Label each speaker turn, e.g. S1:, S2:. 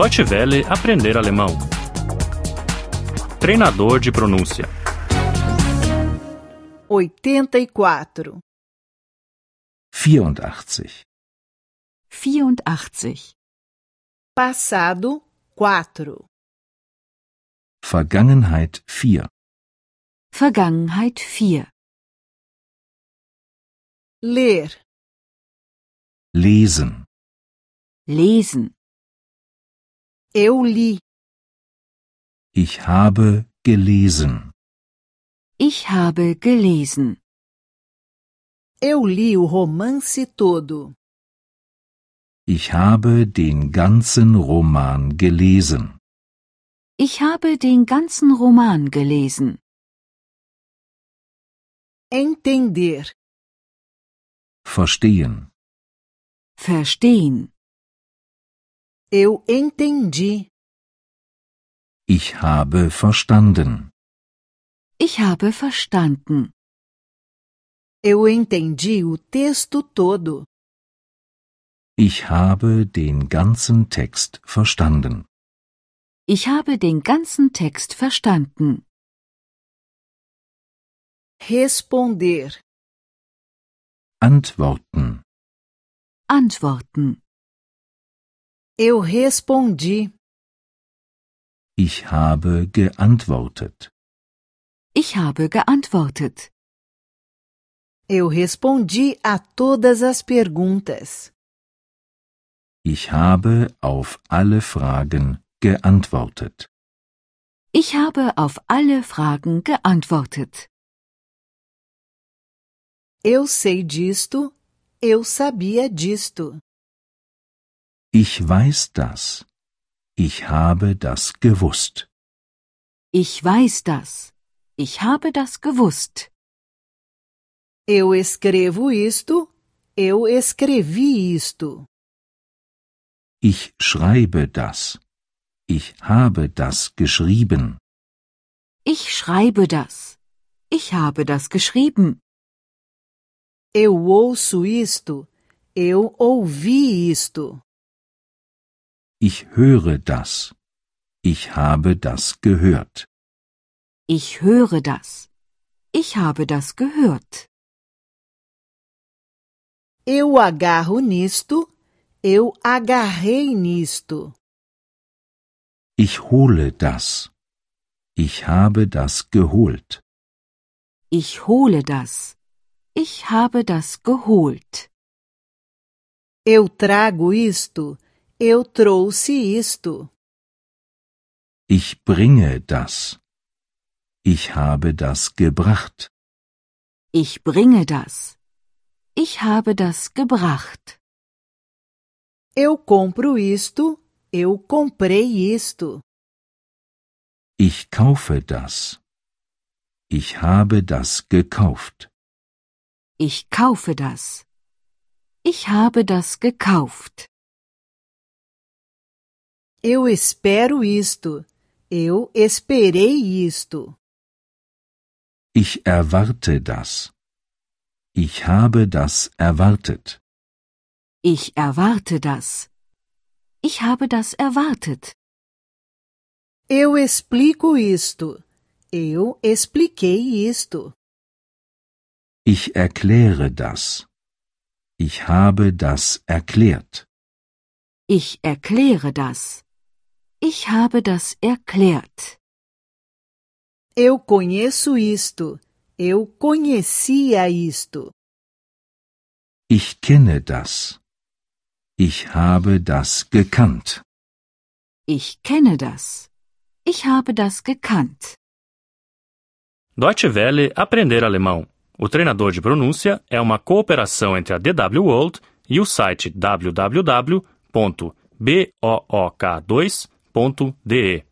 S1: Deutsche Welle aprender alemão. Treinador de pronúncia.
S2: 84.
S3: 84.
S4: 84.
S2: Passado 4.
S3: Vergangenheit 4.
S4: Vergangenheit 4.
S2: Ler.
S3: Lesen.
S4: Lesen.
S2: Eu li.
S3: Ich habe gelesen.
S4: Ich habe gelesen.
S2: Eu li o romance todo.
S3: Ich habe den ganzen Roman gelesen.
S4: Ich habe den ganzen Roman gelesen.
S2: Entender.
S3: Verstehen.
S4: Verstehen.
S2: Eu entendi.
S3: Ich habe verstanden.
S4: Ich habe verstanden.
S2: Eu entendi o texto todo.
S3: Ich habe den ganzen Text verstanden.
S4: Ich habe den ganzen Text verstanden.
S2: Responder.
S3: Antworten.
S4: Antworten.
S2: Eu respondi.
S3: Ich habe geantwortet.
S4: Ich habe geantwortet.
S2: Eu respondi a todas as perguntas.
S3: Ich habe auf alle Fragen geantwortet.
S4: Ich habe auf alle Fragen geantwortet.
S2: Eu sei disto. Eu sabia disto.
S3: Ich weiß das. Ich habe das gewusst.
S4: Ich weiß das. Ich habe das gewusst.
S2: Eu escrevo isto. Eu escrevi isto.
S3: Ich schreibe das. Ich habe das geschrieben.
S4: Ich schreibe das. Ich habe das geschrieben.
S2: Eu ouço isto. Eu ouvi isto.
S3: Ich höre das. Ich habe das gehört.
S4: Ich höre das. Ich habe das gehört.
S2: Eu agarro nisto. Eu agarrei nisto.
S3: Ich hole das. Ich habe das geholt.
S4: Ich hole das. Ich habe das geholt.
S2: Eu trago isto. Eu trouxe isto.
S3: Ich bringe das. Ich habe das gebracht.
S4: Ich bringe das. Ich habe das gebracht.
S2: Eu compro isto. Eu comprei isto.
S3: Ich kaufe das. Ich habe das gekauft.
S4: Ich kaufe das. Ich habe das gekauft.
S2: Eu espero isto. Eu esperei isto.
S3: Ich erwarte das. Ich habe das erwartet.
S4: Ich erwarte das. Ich habe das erwartet.
S2: Eu explico isto. Eu expliquei isto.
S3: Ich erkläre das. Ich habe das erklärt.
S4: Ich erkläre das. Ich habe das erklärt.
S2: Eu conheço isto. Eu conhecia isto.
S3: Ich kenne das. Ich habe das gekannt.
S4: Ich kenne das. Ich habe das gekannt.
S1: Deutsche Welle aprender alemão. O treinador de pronúncia é uma cooperação entre a DW World e o site www.book2.de.